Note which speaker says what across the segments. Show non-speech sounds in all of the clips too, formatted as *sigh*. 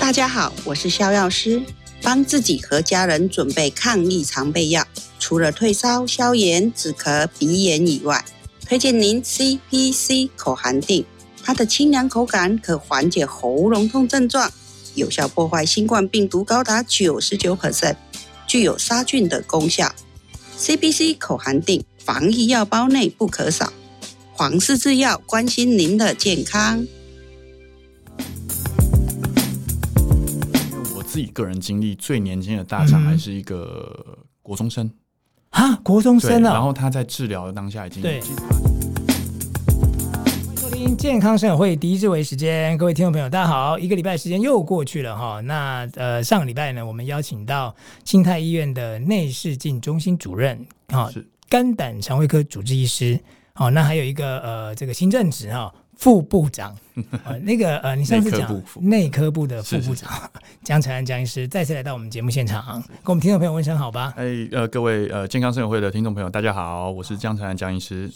Speaker 1: 大家好，我是肖药师，帮自己和家人准备抗疫常备药，除了退烧、消炎、止咳、鼻炎以外，推荐您 CPC 口含定，它的清凉口感可缓解喉咙痛症状，有效破坏新冠病毒高达九十九 percent，具有杀菌的功效。CPC 口含定，防疫药包内不可少。皇氏制药关心您的健康。
Speaker 2: 我自己个人经历，最年轻的大肠癌是一个国中生，
Speaker 3: 啊，嗯国中
Speaker 2: 对
Speaker 3: 生
Speaker 2: 然
Speaker 3: 啊，
Speaker 2: 后他在治疗的当下已经
Speaker 3: 对收听健康生活会第一志为时间，各位听众朋友，大家好，一个礼拜时间又过去了哈。那呃，上个礼拜呢，我们邀请到新泰医院的内视镜中心主任啊，
Speaker 2: 是
Speaker 3: 肝胆肠胃科主治医师，好、那还有一个呃，这个行政职哈、副
Speaker 2: *laughs*
Speaker 3: 部长，呃、那个呃，你上次
Speaker 2: 内科
Speaker 3: 讲
Speaker 2: 部副
Speaker 3: 内科部的副
Speaker 2: 是是
Speaker 3: 部长 *laughs* 江晨安江医师再次来到我们节目现场，跟我们听众朋友问声好吧。
Speaker 2: 哎呃，各位呃健康生活会的听众朋友，大家好，我是江晨安江医师。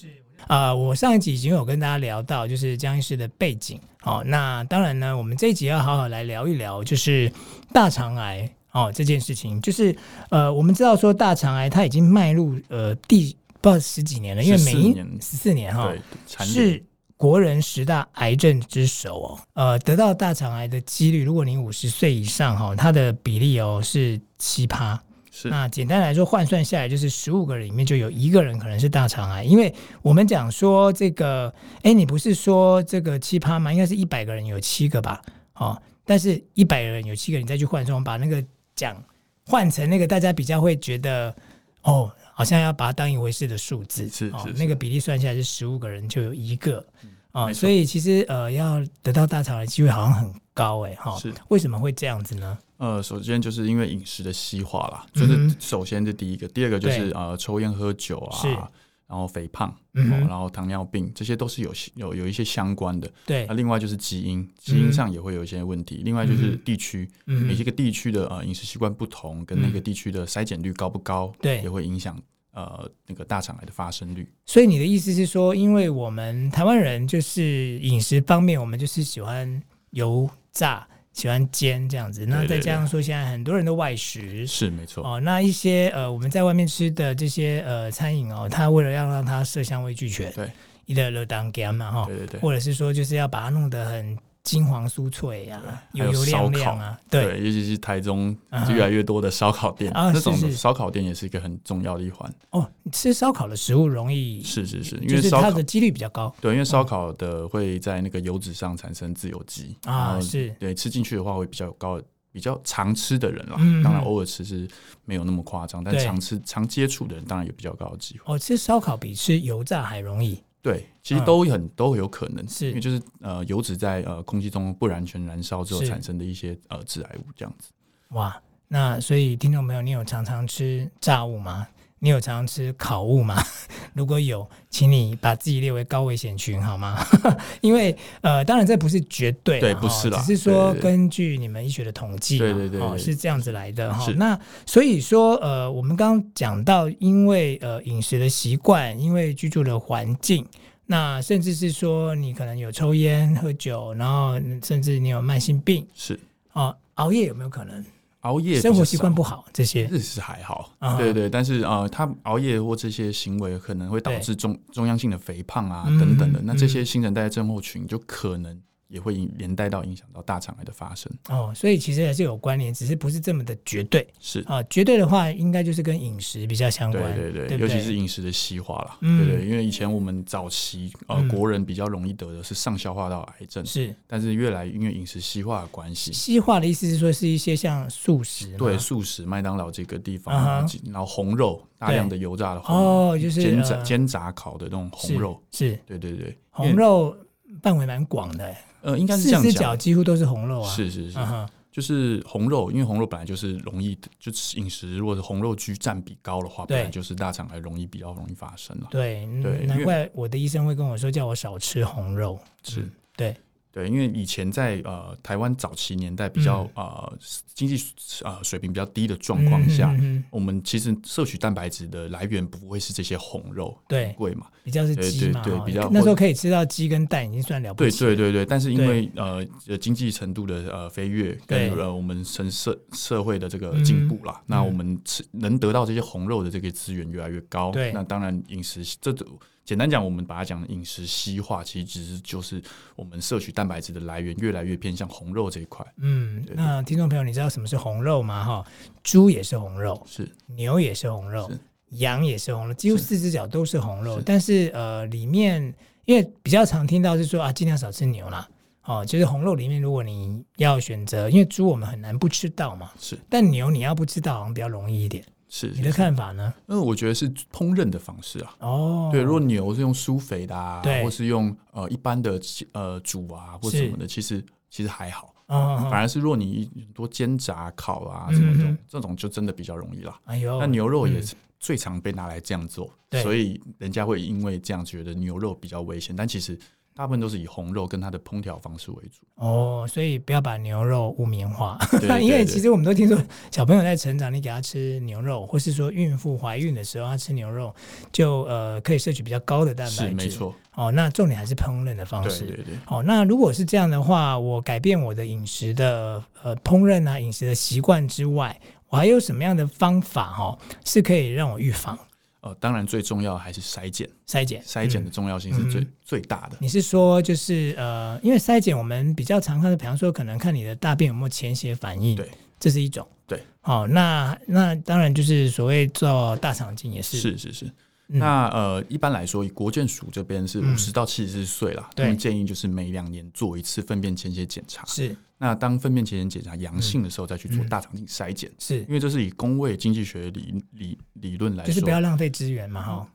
Speaker 3: 啊、我上一集已经有跟大家聊到，就是江医师的背景。哦，那当然呢，我们这一集要好好来聊一聊，就是大肠癌哦这件事情。就是呃，我们知道说大肠癌它已经迈入呃第不知道十几年了，因为每
Speaker 2: 14
Speaker 3: 一
Speaker 2: 年
Speaker 3: 十四年哈、
Speaker 2: 对，产
Speaker 3: 哦是国人十大癌症之首哦。呃，得到大肠癌的几率，如果你五十岁以上哈、它的比例哦是七趴。
Speaker 2: 是
Speaker 3: 那简单来说，换算下来就是十五个人里面就有一个人可能是大肠癌，因为我们讲说这个，哎，你不是说这个七趴吗？应该是一百个人有七个吧？哦，但是一百人有七个，你再去换算，我们把那个讲换成那个大家比较会觉得，哦，好像要把它当一回事的数字，
Speaker 2: 是
Speaker 3: 哦
Speaker 2: 是是
Speaker 3: 那个比例算下来是十五个人就有一个。啊、
Speaker 2: 没错
Speaker 3: 所以其实呃，要得到大肠癌的机会好像很高哎、哈、
Speaker 2: 是
Speaker 3: 为什么会这样子呢？
Speaker 2: 呃，首先就是因为饮食的西化啦，
Speaker 3: 嗯
Speaker 2: 这
Speaker 3: 哼
Speaker 2: 是首先是第一个，第二个就是
Speaker 3: 对
Speaker 2: 呃抽烟喝酒
Speaker 3: 是
Speaker 2: 啊，然后肥胖，
Speaker 3: 嗯哼
Speaker 2: 哦然后糖尿病，这些都是有有有一些相关的。
Speaker 3: 对
Speaker 2: 那、，另外就是基因，基因上也会有一些问题。另外就是地区，
Speaker 3: 嗯哼嗯
Speaker 2: 每一个地区的呃饮食习惯不同，跟那个地区的筛检率高不高，
Speaker 3: 对
Speaker 2: 也会影响呃那个大肠癌的发生率。
Speaker 3: 所以你的意思是说，因为我们台湾人就是饮食方面，我们就是喜欢油炸、喜欢煎这样子。那
Speaker 2: 对对
Speaker 3: 再加上
Speaker 2: 对
Speaker 3: 说，现在很多人都外食
Speaker 2: 是没错，
Speaker 3: 哦，那一些呃我们在外面吃的这些呃餐饮哦，它为了要让它色香味俱全，
Speaker 2: 对
Speaker 3: 一的热当干嘛哈，
Speaker 2: 对对对，
Speaker 3: 或者是说就是要把它弄得很金黄酥脆啊，
Speaker 2: 对还
Speaker 3: 油
Speaker 2: 有
Speaker 3: 油亮亮啊，对。
Speaker 2: 尤其是台中
Speaker 3: 嗯哼
Speaker 2: 越来越多的烧烤店，
Speaker 3: 啊
Speaker 2: 那种
Speaker 3: 是是
Speaker 2: 烧烤店也是一个很重要的一环。
Speaker 3: 哦，吃烧烤的食物容易，
Speaker 2: 是是是，因
Speaker 3: 就
Speaker 2: 为
Speaker 3: 是
Speaker 2: 烧
Speaker 3: 它
Speaker 2: 烤
Speaker 3: 的几率比较高。
Speaker 2: 对，因为烧烤的会在那个油脂上产生自由基
Speaker 3: 啊
Speaker 2: 然后
Speaker 3: 是
Speaker 2: 对，吃进去的话会比较有高的，比较常吃的人啦，
Speaker 3: 嗯
Speaker 2: 当然偶尔吃是没有那么夸张，但
Speaker 3: 对
Speaker 2: 常吃常接触的人当然有比较高的机会。
Speaker 3: 哦，吃烧烤比吃油炸还容易。
Speaker 2: 对，其实
Speaker 3: 嗯
Speaker 2: 都很、都有可能，
Speaker 3: 是
Speaker 2: 因为就是呃油脂在呃空气中不完全燃烧之后
Speaker 3: 是
Speaker 2: 产生的一些呃致癌物这样子。
Speaker 3: 哇，那所以听众朋友，你有常常吃炸物吗？你有常常吃烤物吗？ *laughs* 如果有，请你把自己列为高危险群好吗？ *laughs* 因为呃，当然这不是绝对啦，
Speaker 2: 对不是
Speaker 3: 哦
Speaker 2: 啦
Speaker 3: 只是
Speaker 2: 对
Speaker 3: 说
Speaker 2: 对对
Speaker 3: 根据你们医学的统计嘛，
Speaker 2: 对对对
Speaker 3: 哦
Speaker 2: 对
Speaker 3: 是这样子来的哈、
Speaker 2: 是
Speaker 3: 那所以说呃，我们刚刚讲到，因为呃饮食的习惯，因为居住的环境。那甚至是说，你可能有抽烟、喝酒，然后甚至你有慢性病
Speaker 2: 是
Speaker 3: 哦，熬夜有没有可能？
Speaker 2: 熬夜
Speaker 3: 生
Speaker 2: 比较
Speaker 3: 活习惯
Speaker 2: 少
Speaker 3: 不好这些。
Speaker 2: 日是还好，
Speaker 3: 啊
Speaker 2: 对对，但是呃，他熬夜或这些行为可能会导
Speaker 3: 对
Speaker 2: 致中中央性的肥胖啊
Speaker 3: 嗯
Speaker 2: 等等的，
Speaker 3: 嗯
Speaker 2: 那这些新陈代谢症候群就可能也会引连带到影响到大肠癌的发生。
Speaker 3: 哦，所以其实还是有关联，只是不是这么的绝对
Speaker 2: 是，
Speaker 3: 啊。绝对的话，应该就是跟饮食比较相
Speaker 2: 对
Speaker 3: 关，
Speaker 2: 对对，
Speaker 3: 不
Speaker 2: 尤其是饮食的西化啦，
Speaker 3: 嗯
Speaker 2: 对对，因为以前我们早期呃、
Speaker 3: 嗯
Speaker 2: 国人比较容易得的是上消化道癌症，
Speaker 3: 是
Speaker 2: 但是越来因为饮食西化的关系。
Speaker 3: 西化的意思是说是一些像素食嘛，
Speaker 2: 对素食、麦当劳这个地方
Speaker 3: 啊
Speaker 2: 啊
Speaker 3: 哈，
Speaker 2: 然后红肉大量的油炸的红肉，
Speaker 3: 哦，就是
Speaker 2: 煎炸
Speaker 3: 呃
Speaker 2: 煎炸烤的那种
Speaker 3: 是
Speaker 2: 红肉，
Speaker 3: 是
Speaker 2: 对对对，因为
Speaker 3: 红肉范围蛮广的，
Speaker 2: 呃，应该是
Speaker 3: 四
Speaker 2: 这样
Speaker 3: 只
Speaker 2: 讲
Speaker 3: 脚，几乎都是红肉啊，
Speaker 2: 是是是，
Speaker 3: 嗯哼
Speaker 2: 就是红肉，因为红肉本来就是容易，就是饮食如果是红肉居占比高的话，
Speaker 3: 对
Speaker 2: 本来就是大肠癌容易比较容易发生了。啊
Speaker 3: 对，嗯
Speaker 2: 对因为
Speaker 3: 难怪我的医生会跟我说叫我少吃红肉，
Speaker 2: 是，
Speaker 3: 对，
Speaker 2: 对，因为以前在呃台湾早期年代比较、
Speaker 3: 嗯
Speaker 2: 呃经济呃水平比较低的状况下，
Speaker 3: 嗯嗯嗯嗯
Speaker 2: 我们其实摄取蛋白质的来源不会是这些红肉，
Speaker 3: 对
Speaker 2: 很贵嘛。
Speaker 3: 比较是
Speaker 2: 对
Speaker 3: 鸡
Speaker 2: 对
Speaker 3: 嘛，
Speaker 2: 对
Speaker 3: 哦
Speaker 2: 比较
Speaker 3: 那时候可以吃到鸡跟蛋已经算了不
Speaker 2: 对
Speaker 3: 起。
Speaker 2: 对对对，但是因为呃呃经济程度的呃飞跃
Speaker 3: 对嗯
Speaker 2: 跟呃我们城社社会的这个进步啦，那我们吃能得到这些红肉的这个资源越来越高，
Speaker 3: 对
Speaker 2: 那当然饮食这种简单讲，我们把它讲饮食西化，其实只是就是我们摄取蛋白质的来源越来越偏向红肉这一块，
Speaker 3: 嗯，
Speaker 2: 对
Speaker 3: 那听众朋友，你知道什么是红肉吗？哈，猪也是红肉，
Speaker 2: 是
Speaker 3: 牛也是红肉
Speaker 2: 是，
Speaker 3: 羊也是红肉，几乎四只脚都是红肉。
Speaker 2: 是
Speaker 3: 但是呃，里面因为比较常听到是说啊，尽量少吃牛啦。哦，就是红肉里面，如果你要选择，因为猪我们很难不吃到嘛，
Speaker 2: 是
Speaker 3: 但牛你要不吃到好像比较容易一点。
Speaker 2: 是，
Speaker 3: 你的看法呢？
Speaker 2: 因为我觉得是烹饪的方式啊，
Speaker 3: 哦，
Speaker 2: 对，如果牛是用酥肥的啊
Speaker 3: 对，
Speaker 2: 或是用呃一般的呃煮啊或
Speaker 3: 是
Speaker 2: 什么的，其实其实还好。
Speaker 3: 哦，
Speaker 2: 反
Speaker 3: 哦
Speaker 2: 而是若你很多煎炸、烤啊
Speaker 3: 嗯
Speaker 2: 什么
Speaker 3: 嗯
Speaker 2: 的，这种就真的比较容易啦。
Speaker 3: 哎呦，
Speaker 2: 那牛肉也
Speaker 3: 嗯
Speaker 2: 是最常被拿来这样做
Speaker 3: 对，
Speaker 2: 所以人家会因为这样觉得牛肉比较危险，但其实大部分都是以红肉跟它的烹调方式为主。
Speaker 3: 哦，所以不要把牛肉污名化，
Speaker 2: 对对
Speaker 3: *laughs* 因为
Speaker 2: 对
Speaker 3: 其实我们都听说小朋友在成长，你给他吃牛肉，或是说孕妇怀孕的时候，她吃牛肉就呃可以摄取比较高的蛋白
Speaker 2: 是
Speaker 3: 质，
Speaker 2: 没。错，
Speaker 3: 哦，那重点还是烹饪的方
Speaker 2: 对
Speaker 3: 式。
Speaker 2: 对对，
Speaker 3: 哦，那如果是这样的话，我改变我的饮食的呃烹饪啊、饮食的习惯之外，我还有什么样的方法哦，是可以让我预防
Speaker 2: 呃，当然最重要还是筛检，
Speaker 3: 筛检？
Speaker 2: 筛检的
Speaker 3: 嗯
Speaker 2: 重要性是最
Speaker 3: 嗯
Speaker 2: 最大的。
Speaker 3: 你是说就是呃，因为筛检我们比较常看的，比方说可能看你的大便有没有潜血反应，
Speaker 2: 对，
Speaker 3: 这是一种。
Speaker 2: 对，
Speaker 3: 好、那那当然就是所谓做大肠镜也是，
Speaker 2: 是是是。
Speaker 3: 嗯
Speaker 2: 那呃，一般来说，以国健署这边是
Speaker 3: 嗯
Speaker 2: 五十到七十岁啦，
Speaker 3: 对
Speaker 2: 他们建议就是每两年做一次粪便潜血检查。
Speaker 3: 是
Speaker 2: 那当粪便前检查阳性的时候，再去
Speaker 3: 嗯
Speaker 2: 做大肠镜筛检，
Speaker 3: 是
Speaker 2: 因，为这是以工位经济学理理理论来
Speaker 3: 就
Speaker 2: 说，哦
Speaker 3: 是不要浪费资源嘛，哈、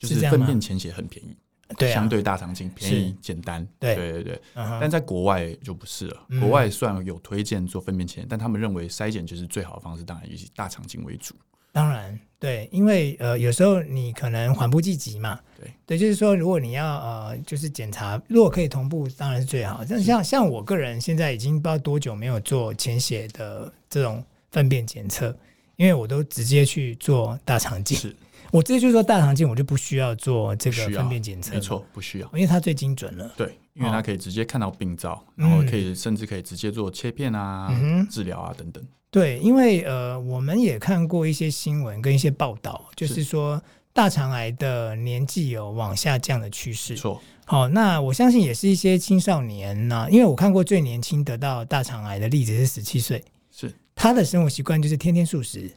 Speaker 2: 就是是
Speaker 3: 这样吗
Speaker 2: 粪便潜血很便宜，
Speaker 3: 对
Speaker 2: 嗯
Speaker 3: 啊，
Speaker 2: 相对大肠镜便
Speaker 3: 是
Speaker 2: 宜简单，
Speaker 3: 对
Speaker 2: 对对对。
Speaker 3: 嗯哼
Speaker 2: 但在国外就不是了，
Speaker 3: 嗯
Speaker 2: 国外虽然有推荐做粪便前，但他们认为筛检就是最好的方式，当然以大肠镜为主。
Speaker 3: 当然，对，因为呃，有时候你可能缓不济急嘛，
Speaker 2: 对，
Speaker 3: 对，就是说，如果你要呃，就是检查，如果可以同步，当然是最好。但像像我个人现在已经不知道多久没有做潜血的这种粪便检测，因为我都直接去做大肠镜，
Speaker 2: 是
Speaker 3: 我直接去做大肠镜，我就不需要做这
Speaker 2: 不
Speaker 3: 个
Speaker 2: 需要
Speaker 3: 粪便检测，
Speaker 2: 没，错，不需要。
Speaker 3: 因为它最精准了。
Speaker 2: 对，因为
Speaker 3: 哦
Speaker 2: 它可以直接看到病灶，
Speaker 3: 嗯
Speaker 2: 然后可以甚至可以直接做切片啊
Speaker 3: 嗯哼、
Speaker 2: 治疗啊等等。
Speaker 3: 对，因为呃，我们也看过一些新闻跟一些报道，就是
Speaker 2: 是
Speaker 3: 说大肠癌的年纪有往下降的趋势
Speaker 2: 没。错，
Speaker 3: 好，那我相信也是一些青少年呐、因为我看过最年轻得到大肠癌的例子是十七岁，
Speaker 2: 是
Speaker 3: 他的生活习惯就是天天素食，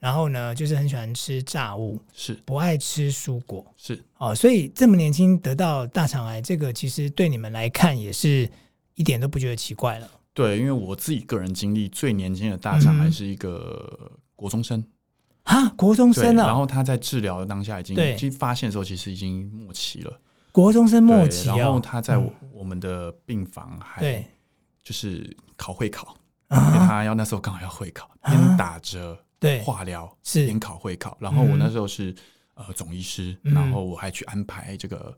Speaker 3: 然后呢就是很喜欢吃炸物，
Speaker 2: 是
Speaker 3: 不爱吃蔬果
Speaker 2: 是，
Speaker 3: 哦，所以这么年轻得到大肠癌，这个其实对你们来看也是一点都不觉得奇怪了。
Speaker 2: 对，因为我自己个人经历，最年轻的大肠
Speaker 3: 嗯
Speaker 2: 还
Speaker 3: 哼
Speaker 2: 是一个国中生，
Speaker 3: 啊，国中
Speaker 2: 对，
Speaker 3: 生啊，
Speaker 2: 然后他在治疗的当下已经，
Speaker 3: 对
Speaker 2: 其实发现的时候其实已经末期了，
Speaker 3: 国中生末
Speaker 2: 对
Speaker 3: 期
Speaker 2: 然后
Speaker 3: 哦，
Speaker 2: 他在
Speaker 3: 嗯
Speaker 2: 我我们的病房还
Speaker 3: 对
Speaker 2: 就是考会考，因为
Speaker 3: 啊，
Speaker 2: 他要那时候刚好要会考，
Speaker 3: 啊
Speaker 2: 边打着
Speaker 3: 对，
Speaker 2: 化疗
Speaker 3: 是
Speaker 2: 边考会考，然后我
Speaker 3: 嗯
Speaker 2: 那时候是呃总医师，
Speaker 3: 嗯
Speaker 2: 然后我还去安排这个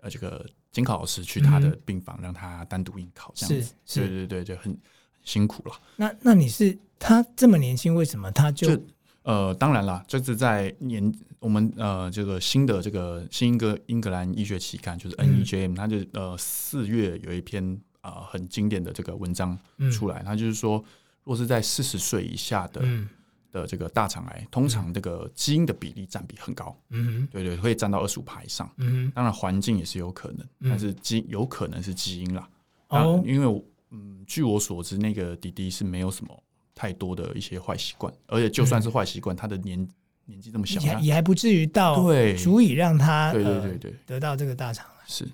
Speaker 2: 呃这个监考老师去他的
Speaker 3: 嗯
Speaker 2: 病房让他单独应考，这样
Speaker 3: 是
Speaker 2: 子，
Speaker 3: 是
Speaker 2: 对对对，就很很辛苦了。
Speaker 3: 那那你是他这么年轻，为什么他就
Speaker 2: 就呃，当然啦，这是在年我们呃这个新的这个新英格英格兰医学期刊，就是
Speaker 3: 嗯
Speaker 2: NEJM，、它就呃四月有一篇呃很经典的这个文章
Speaker 3: 嗯
Speaker 2: 出来，它就是说，若是在四十岁以下的、
Speaker 3: 嗯
Speaker 2: 的这个大肠癌，通常这个基因的比例占比很高，
Speaker 3: 嗯哼
Speaker 2: 对对，会占到二十五以上。
Speaker 3: 嗯
Speaker 2: 当然环境也是有可能，但是基有可能是基因啦。
Speaker 3: 哼
Speaker 2: 那
Speaker 3: 哦。
Speaker 2: 因为我嗯，据我所知，那个弟弟是没有什么太多的一些坏习惯，而且就算
Speaker 3: 嗯
Speaker 2: 是坏习惯，他的年年纪这么小，
Speaker 3: 也还
Speaker 2: 他
Speaker 3: 也还不至于到
Speaker 2: 对
Speaker 3: 足以让他
Speaker 2: 对对
Speaker 3: 呃
Speaker 2: 对对，
Speaker 3: 得到这个大肠癌。
Speaker 2: 是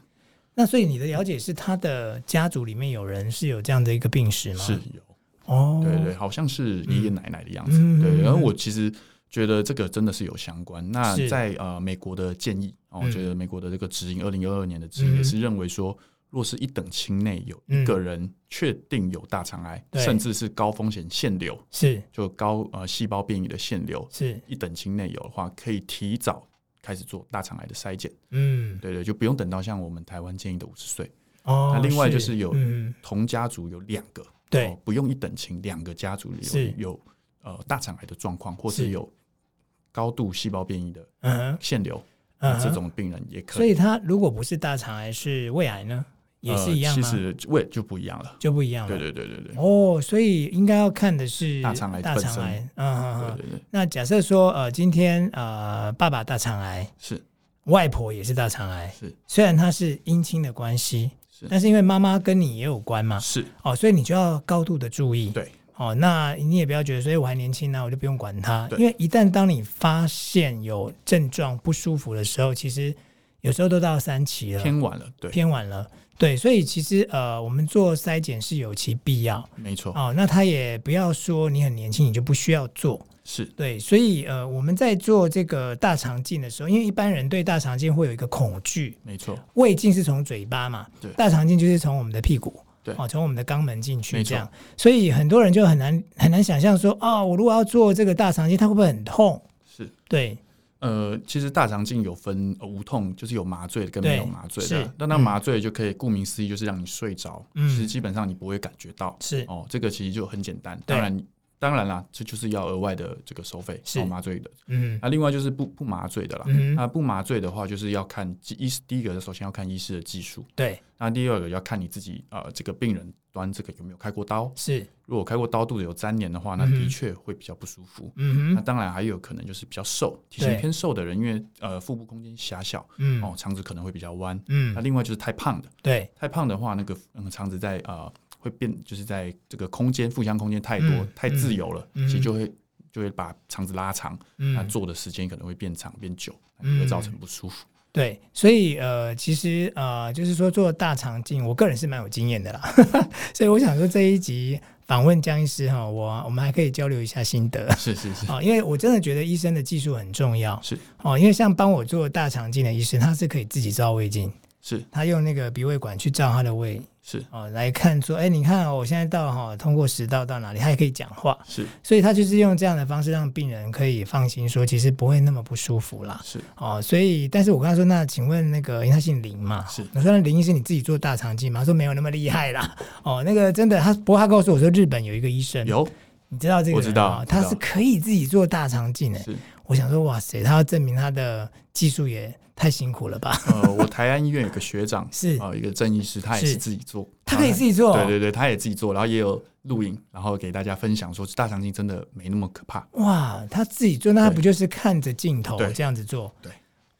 Speaker 3: 那所以你的了解是，他的家族里面有人是有这样的一个病史吗？
Speaker 2: 是有，
Speaker 3: 哦，
Speaker 2: 对对，好像是爷爷奶奶的样子，
Speaker 3: 嗯
Speaker 2: 对。
Speaker 3: 嗯
Speaker 2: 然后我其实觉得这个真的是有相关。那
Speaker 3: 是
Speaker 2: 在呃美国的建议，哦，我
Speaker 3: 嗯
Speaker 2: 觉得美国的这个指引，二零二二年的指引
Speaker 3: 嗯
Speaker 2: 也是认为说。若是一等亲内有一个人确定有大肠癌，
Speaker 3: 对
Speaker 2: 甚至是高风险腺瘤，
Speaker 3: 是
Speaker 2: 就高呃细胞变异的腺瘤，
Speaker 3: 是，
Speaker 2: 一等亲内有的话，可以提早开始做大肠癌的筛检。
Speaker 3: 嗯，
Speaker 2: 对对，就不用等到像我们台湾建议的五十岁，
Speaker 3: 哦，
Speaker 2: 那另外就是有
Speaker 3: 嗯，
Speaker 2: 同家族有两个，
Speaker 3: 对
Speaker 2: 哦不用一等亲，两个家族有
Speaker 3: 是
Speaker 2: 有呃大肠癌的状况，或
Speaker 3: 是
Speaker 2: 是有高度细胞变异的
Speaker 3: 嗯哼，
Speaker 2: 腺瘤，
Speaker 3: 嗯哼
Speaker 2: 这种病人也可
Speaker 3: 所以他如果不是大肠癌，是胃癌呢，也是一样
Speaker 2: 呃、
Speaker 3: 吗？
Speaker 2: 其实胃就不一样了。
Speaker 3: 就不一样了。
Speaker 2: 对对对对对，
Speaker 3: 哦，所以应该要看的是
Speaker 2: 大肠癌
Speaker 3: 大
Speaker 2: 本
Speaker 3: 肠
Speaker 2: 身
Speaker 3: 癌，嗯嗯嗯。
Speaker 2: 对对对，
Speaker 3: 那假设说，呃，今天呃，爸爸大肠癌，
Speaker 2: 是
Speaker 3: 外婆也是大肠癌，
Speaker 2: 是
Speaker 3: 虽然它是姻亲的关系，
Speaker 2: 是
Speaker 3: 但是因为妈妈跟你也有关嘛，
Speaker 2: 是，
Speaker 3: 哦，所以你就要高度的注意。
Speaker 2: 对，
Speaker 3: 哦，那你也不要觉得说，哎，我还年轻呢、我就不用管它。
Speaker 2: 对
Speaker 3: 因为一旦当你发现有症状不舒服的时候，其实有时候都到三期了，
Speaker 2: 偏晚了，对，
Speaker 3: 偏晚了。对，所以其实呃，我们做筛检是有其必要
Speaker 2: 没错，
Speaker 3: 哦。那他也不要说你很年轻，你就不需要做。
Speaker 2: 是
Speaker 3: 对，所以呃，我们在做这个大肠镜的时候，因为一般人对大肠镜会有一个恐惧，
Speaker 2: 没错，
Speaker 3: 胃镜是从嘴巴嘛，
Speaker 2: 对
Speaker 3: 大肠镜就是从我们的屁股，
Speaker 2: 对
Speaker 3: 哦，从我们的肛门进去
Speaker 2: 没错
Speaker 3: 这样，所以很多人就很难很难想象说，哦，我如果要做这个大肠镜，它会不会很痛？
Speaker 2: 是。
Speaker 3: 对，
Speaker 2: 呃，其实大肠镜有分、呃无痛，就是有麻醉的跟没有
Speaker 3: 对
Speaker 2: 麻醉
Speaker 3: 是
Speaker 2: 的。那那
Speaker 3: 嗯
Speaker 2: 麻醉就可以，顾名思义就是让你睡着，
Speaker 3: 嗯
Speaker 2: 其实基本上你不会感觉到。
Speaker 3: 是
Speaker 2: 哦，这个其实就很简单。当
Speaker 3: 对
Speaker 2: 然，当然啦，这就是要额外的这个收费，
Speaker 3: 是
Speaker 2: 哦、麻醉的。
Speaker 3: 嗯
Speaker 2: 那、另外就是不不麻醉的啦。
Speaker 3: 嗯哼
Speaker 2: 那不麻醉的话，就是要看技医师，第一个首先要看医师的技术，
Speaker 3: 对，
Speaker 2: 那第二个要看你自己呃这个病人端这个有没有开过刀，
Speaker 3: 是，
Speaker 2: 如果开过刀肚子有粘连的话，那
Speaker 3: 嗯哼
Speaker 2: 的确会比较不舒服。
Speaker 3: 嗯
Speaker 2: 那
Speaker 3: 哼，
Speaker 2: 当然还有可能就是比较瘦，体
Speaker 3: 对
Speaker 2: 型偏瘦的人，因为呃腹部空间狭小，
Speaker 3: 嗯
Speaker 2: 哦肠子可能会比较弯。那
Speaker 3: 嗯，
Speaker 2: 另外就是太胖的，
Speaker 3: 对，
Speaker 2: 太胖的话，那个嗯肠子在呃会变，就是在这个空间腹腔空间太多、
Speaker 3: 嗯
Speaker 2: 太自由了，
Speaker 3: 嗯
Speaker 2: 其实就会就会把肠子拉长，那
Speaker 3: 嗯，
Speaker 2: 坐的时间可能会变长变久，
Speaker 3: 嗯
Speaker 2: 会造成不舒服。
Speaker 3: 对，所以呃，其实呃，就是说做大肠镜，我个人是蛮有经验的啦， *laughs* 所以我想说这一集访问江医师哈，我我们还可以交流一下心得。
Speaker 2: 是是是
Speaker 3: 哦，因为我真的觉得医生的技术很重要
Speaker 2: 是
Speaker 3: 哦，因为像帮我做大肠镜的医生，他是可以自己照胃镜，
Speaker 2: 是
Speaker 3: 他用那个鼻胃管去照他的胃
Speaker 2: 是
Speaker 3: 哦，来看说，哎，你看、哦、我现在到了哈、通过食道到哪里，他也可以讲话，
Speaker 2: 是
Speaker 3: 所以他就是用这样的方式让病人可以放心说，其实不会那么不舒服啦。
Speaker 2: 是
Speaker 3: 哦，所以，但是我跟他说，那请问那个，因为他姓林嘛，
Speaker 2: 是
Speaker 3: 我说那林医师你自己做大肠镜吗？他说没有那么厉害啦。哦，那个真的，他不过他告诉我说，日本有一个医生，
Speaker 2: 有
Speaker 3: 你知道这个
Speaker 2: 我
Speaker 3: 人
Speaker 2: 知道
Speaker 3: 哦
Speaker 2: 知
Speaker 3: 他
Speaker 2: 道
Speaker 3: 是可以自己做大肠镜的。
Speaker 2: 是
Speaker 3: 我想说，哇塞，他要证明他的技术也太辛苦了吧？
Speaker 2: 呃，我台安医院有个学长
Speaker 3: 是
Speaker 2: 呃一个郑医师，他也
Speaker 3: 是
Speaker 2: 是自己做，
Speaker 3: 他可以自己做，
Speaker 2: 对对对，他也自己做，然后也有录影，然后给大家分享说大肠镜真的没那么可怕。
Speaker 3: 哇，他自己做，那他
Speaker 2: 对
Speaker 3: 不就是看着镜头
Speaker 2: 对
Speaker 3: 这样子做？
Speaker 2: 对，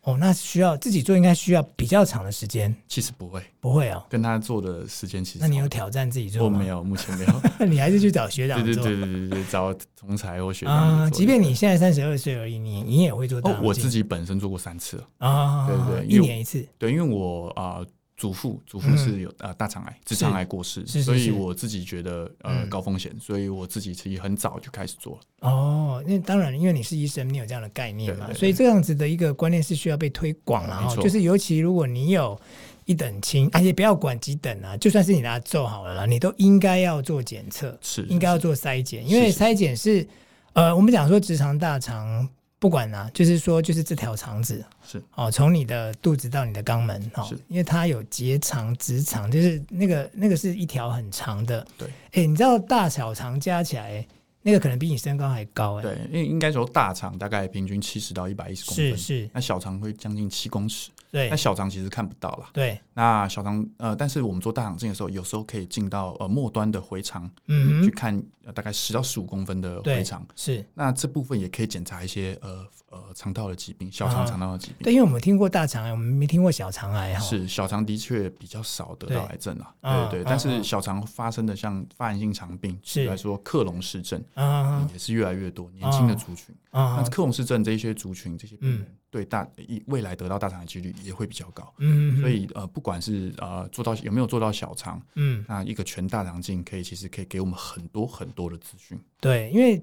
Speaker 3: 哦，那需要自己做，应该需要比较长的时间，
Speaker 2: 其实不会，
Speaker 3: 不会哦？
Speaker 2: 跟他做的时间其实
Speaker 3: 那你有挑战自己做
Speaker 2: 我
Speaker 3: 吗？
Speaker 2: 没有，目前没
Speaker 3: *laughs*
Speaker 2: 有。
Speaker 3: 有，你还是去找学长
Speaker 2: 对
Speaker 3: 做
Speaker 2: 对对对对对，找同才或学长
Speaker 3: 啊、
Speaker 2: 去做
Speaker 3: 即便你现在三十二岁而已，你你也会做大
Speaker 2: 哦
Speaker 3: 肠，镜
Speaker 2: 我自己本身做过三次了，
Speaker 3: 啊，
Speaker 2: 对对对
Speaker 3: 一
Speaker 2: 因为
Speaker 3: 年一次，
Speaker 2: 对，因为我啊、呃祖父祖父
Speaker 3: 嗯
Speaker 2: 是有、呃大肠癌，直肠癌过世，
Speaker 3: 是是
Speaker 2: 所
Speaker 3: 是
Speaker 2: 以我自己觉得呃、
Speaker 3: 嗯
Speaker 2: 高风险，所以我自己其实很早就开始做了。
Speaker 3: 哦，那当然，因为你是医生，你有这样的概念嘛，
Speaker 2: 对对对
Speaker 3: 所以这样子的一个观念是需要被推广啦。
Speaker 2: 没
Speaker 3: 哦
Speaker 2: 错
Speaker 3: 就是尤其如果你有一等亲，而、啊、且不要管几等啊，就算是你拿咒好了啦，你都应该要做检测，
Speaker 2: 是
Speaker 3: 应该要做筛检，因为
Speaker 2: 是是
Speaker 3: 筛检是呃，我们讲说直肠大肠。不管啦、就是说，就是这条肠子
Speaker 2: 是
Speaker 3: 哦，从你的肚子到你的肛门哦
Speaker 2: 是，
Speaker 3: 因为它有结肠、直肠，就是那个那个是一条很长的。
Speaker 2: 对
Speaker 3: 哎，你知道大小肠加起来，那个可能比你身高还高哎。
Speaker 2: 对，因为应该说大肠大概平均七十到一百一十公
Speaker 3: 是
Speaker 2: 分，
Speaker 3: 是，
Speaker 2: 那小肠会将近七公尺，
Speaker 3: 对
Speaker 2: 那小肠其实看不到啦。
Speaker 3: 对，
Speaker 2: 那小肠呃，但是我们做大肠镜的时候，有时候可以进到呃末端的回肠、
Speaker 3: 嗯
Speaker 2: 去
Speaker 3: 哼，
Speaker 2: 看，呃、大概十到十五公分的
Speaker 3: 对
Speaker 2: 回肠。
Speaker 3: 是
Speaker 2: 那这部分也可以检查一些呃呃肠道的疾病，小肠
Speaker 3: 啊
Speaker 2: 肠道的疾病。
Speaker 3: 对，因为我们听过大肠癌，我们没听过小肠癌哈。
Speaker 2: 是小肠的确比较少得到
Speaker 3: 对
Speaker 2: 癌症啦，对
Speaker 3: 啊
Speaker 2: 对
Speaker 3: 啊
Speaker 2: 对，但
Speaker 3: 啊
Speaker 2: 是小肠发生的像发炎性肠病，
Speaker 3: 是
Speaker 2: 来说克隆氏症
Speaker 3: 啊
Speaker 2: 也是越来越多，年轻的族群，嗯那
Speaker 3: 啊，
Speaker 2: 克隆氏症这一些族群这些病
Speaker 3: 嗯
Speaker 2: 人对大一未来得到大肠癌几率也会比较高，
Speaker 3: 嗯，
Speaker 2: 所以呃不管是呃做到有没有做到小肠，
Speaker 3: 嗯，
Speaker 2: 那一个全大肠镜可以其实可以给我们很多很多的资讯，
Speaker 3: 对，因为。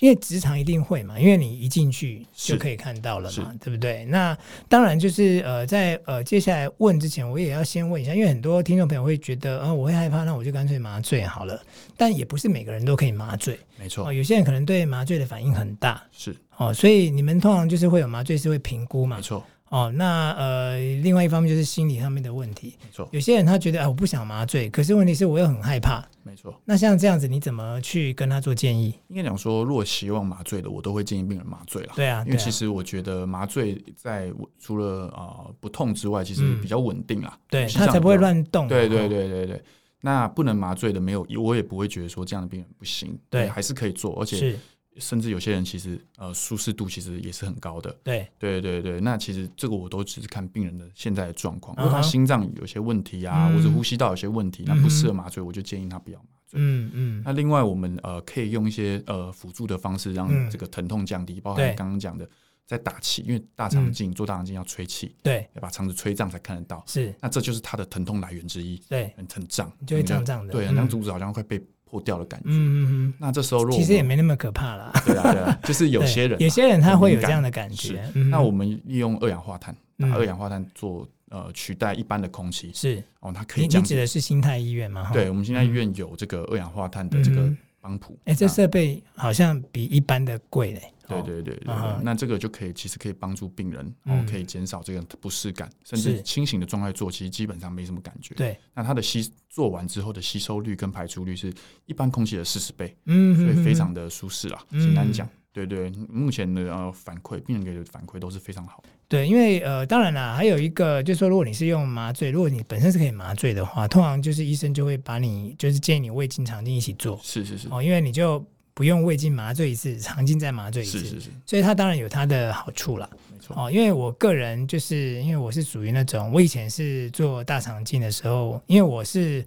Speaker 3: 因为直肠一定会嘛，因为你一进去就是可以看到了嘛
Speaker 2: 是，
Speaker 3: 对不对？那当然就是呃，在呃接下来问之前，我也要先问一下，因为很多听众朋友会觉得，啊、我会害怕，那我就干脆麻醉好了。但也不是每个人都可以麻醉
Speaker 2: 没
Speaker 3: 哦、
Speaker 2: 错，
Speaker 3: 有些人可能对麻醉的反应很大
Speaker 2: 是
Speaker 3: 哦，所以你们通常就是会有麻醉师会评估嘛
Speaker 2: 没，错，
Speaker 3: 哦，那呃，另外一方面就是心理上面的问题。
Speaker 2: 没错，
Speaker 3: 有些人他觉得啊，我不想麻醉，可是问题是我又很害怕。
Speaker 2: 没错。
Speaker 3: 那像这样子，你怎么去跟他做建议？
Speaker 2: 应该讲说，如果希望麻醉的，我都会建议病人麻醉啦。
Speaker 3: 对啊，
Speaker 2: 因为
Speaker 3: 对啊
Speaker 2: 其实我觉得麻醉在我除了啊、呃不痛之外，其实
Speaker 3: 嗯
Speaker 2: 比较稳定啦，
Speaker 3: 对
Speaker 2: 心
Speaker 3: 他
Speaker 2: 脏
Speaker 3: 才不会
Speaker 2: 比较。
Speaker 3: 乱动嘛。
Speaker 2: 对对
Speaker 3: 哦，
Speaker 2: 对对对，那不能麻醉的没有，我也不会觉得说这样的病人不行，
Speaker 3: 对
Speaker 2: 还是可以做，而且
Speaker 3: 是，
Speaker 2: 甚至有些人其实呃舒适度其实也是很高的。
Speaker 3: 对
Speaker 2: 对对对，那其实这个我都只是看病人的现在的状况，
Speaker 3: 嗯
Speaker 2: 如
Speaker 3: 哼
Speaker 2: 果他心脏有些问题啊，
Speaker 3: 嗯
Speaker 2: 或者呼吸道有些问题，那
Speaker 3: 嗯哼
Speaker 2: 不适合麻醉，我就建议他不要麻醉。
Speaker 3: 嗯嗯，
Speaker 2: 那另外，我们呃可以用一些呃辅助的方式，让
Speaker 3: 嗯
Speaker 2: 这个疼痛降低，包
Speaker 3: 对嗯
Speaker 2: 含刚刚讲的在打气，因为大肠镜、做大肠镜要吹气，
Speaker 3: 对，
Speaker 2: 要把肠子吹胀才看得到。
Speaker 3: 是，
Speaker 2: 那这就是它的疼痛来源之一，
Speaker 3: 对，
Speaker 2: 很很胀，
Speaker 3: 就会胀
Speaker 2: 你
Speaker 3: 胀的。
Speaker 2: 对，
Speaker 3: 嗯
Speaker 2: 让肚子好像快被破掉的感觉。
Speaker 3: 嗯嗯嗯，
Speaker 2: 那这时候如果
Speaker 3: 其实也
Speaker 2: 我们
Speaker 3: 没那么可怕啦。
Speaker 2: 对啊对
Speaker 3: *laughs*
Speaker 2: 啊，就是有些人啊
Speaker 3: 对有些人他会有这样的
Speaker 2: 很
Speaker 3: 感
Speaker 2: 敏
Speaker 3: 觉
Speaker 2: 是。
Speaker 3: 嗯
Speaker 2: 那我们利用二氧化碳，
Speaker 3: 嗯
Speaker 2: 把二氧化碳做呃取代一般的空气，
Speaker 3: 是
Speaker 2: 哦，它可
Speaker 3: 你
Speaker 2: 以
Speaker 3: 你
Speaker 2: 降
Speaker 3: 指
Speaker 2: 低。
Speaker 3: 的是心态医院吗？哈
Speaker 2: 对，我们现在医院有这个二氧化碳的这
Speaker 3: 嗯
Speaker 2: 个
Speaker 3: 哼
Speaker 2: 帮谱，
Speaker 3: 哎、这
Speaker 2: 那
Speaker 3: 设备好像比一般的贵嘞、
Speaker 2: 对
Speaker 3: 哦，
Speaker 2: 对对对，
Speaker 3: 啊哈
Speaker 2: 那这个就可以其实可以帮助病人，然后
Speaker 3: 嗯
Speaker 2: 可以减少这个不适感，甚
Speaker 3: 是
Speaker 2: 至清醒的状态做，其实基本上没什么感觉。，
Speaker 3: 对，
Speaker 2: 那它的吸做完之后的吸收率跟排出率是一般空气的四十倍，
Speaker 3: 嗯
Speaker 2: 所以非
Speaker 3: 哼
Speaker 2: 常的舒适啦。
Speaker 3: 嗯
Speaker 2: 简单讲，对对，目前的呃反馈，病人给的反馈都是非常好。
Speaker 3: 哼对，因为呃，当然啦，还有一个就是说，如果你是用麻醉，如果你本身是可以麻醉的话，通常就是医生就会把你就是建议你胃镜、肠镜一起做
Speaker 2: 是是是
Speaker 3: 哦，因为你就不用胃镜麻醉一次，肠镜再麻醉一次，
Speaker 2: 是是是，
Speaker 3: 所以它当然有它的好处啦。
Speaker 2: 没错。
Speaker 3: 哦，因为我个人就是因为我是属于那种，我以前是做大肠镜的时候，因为我是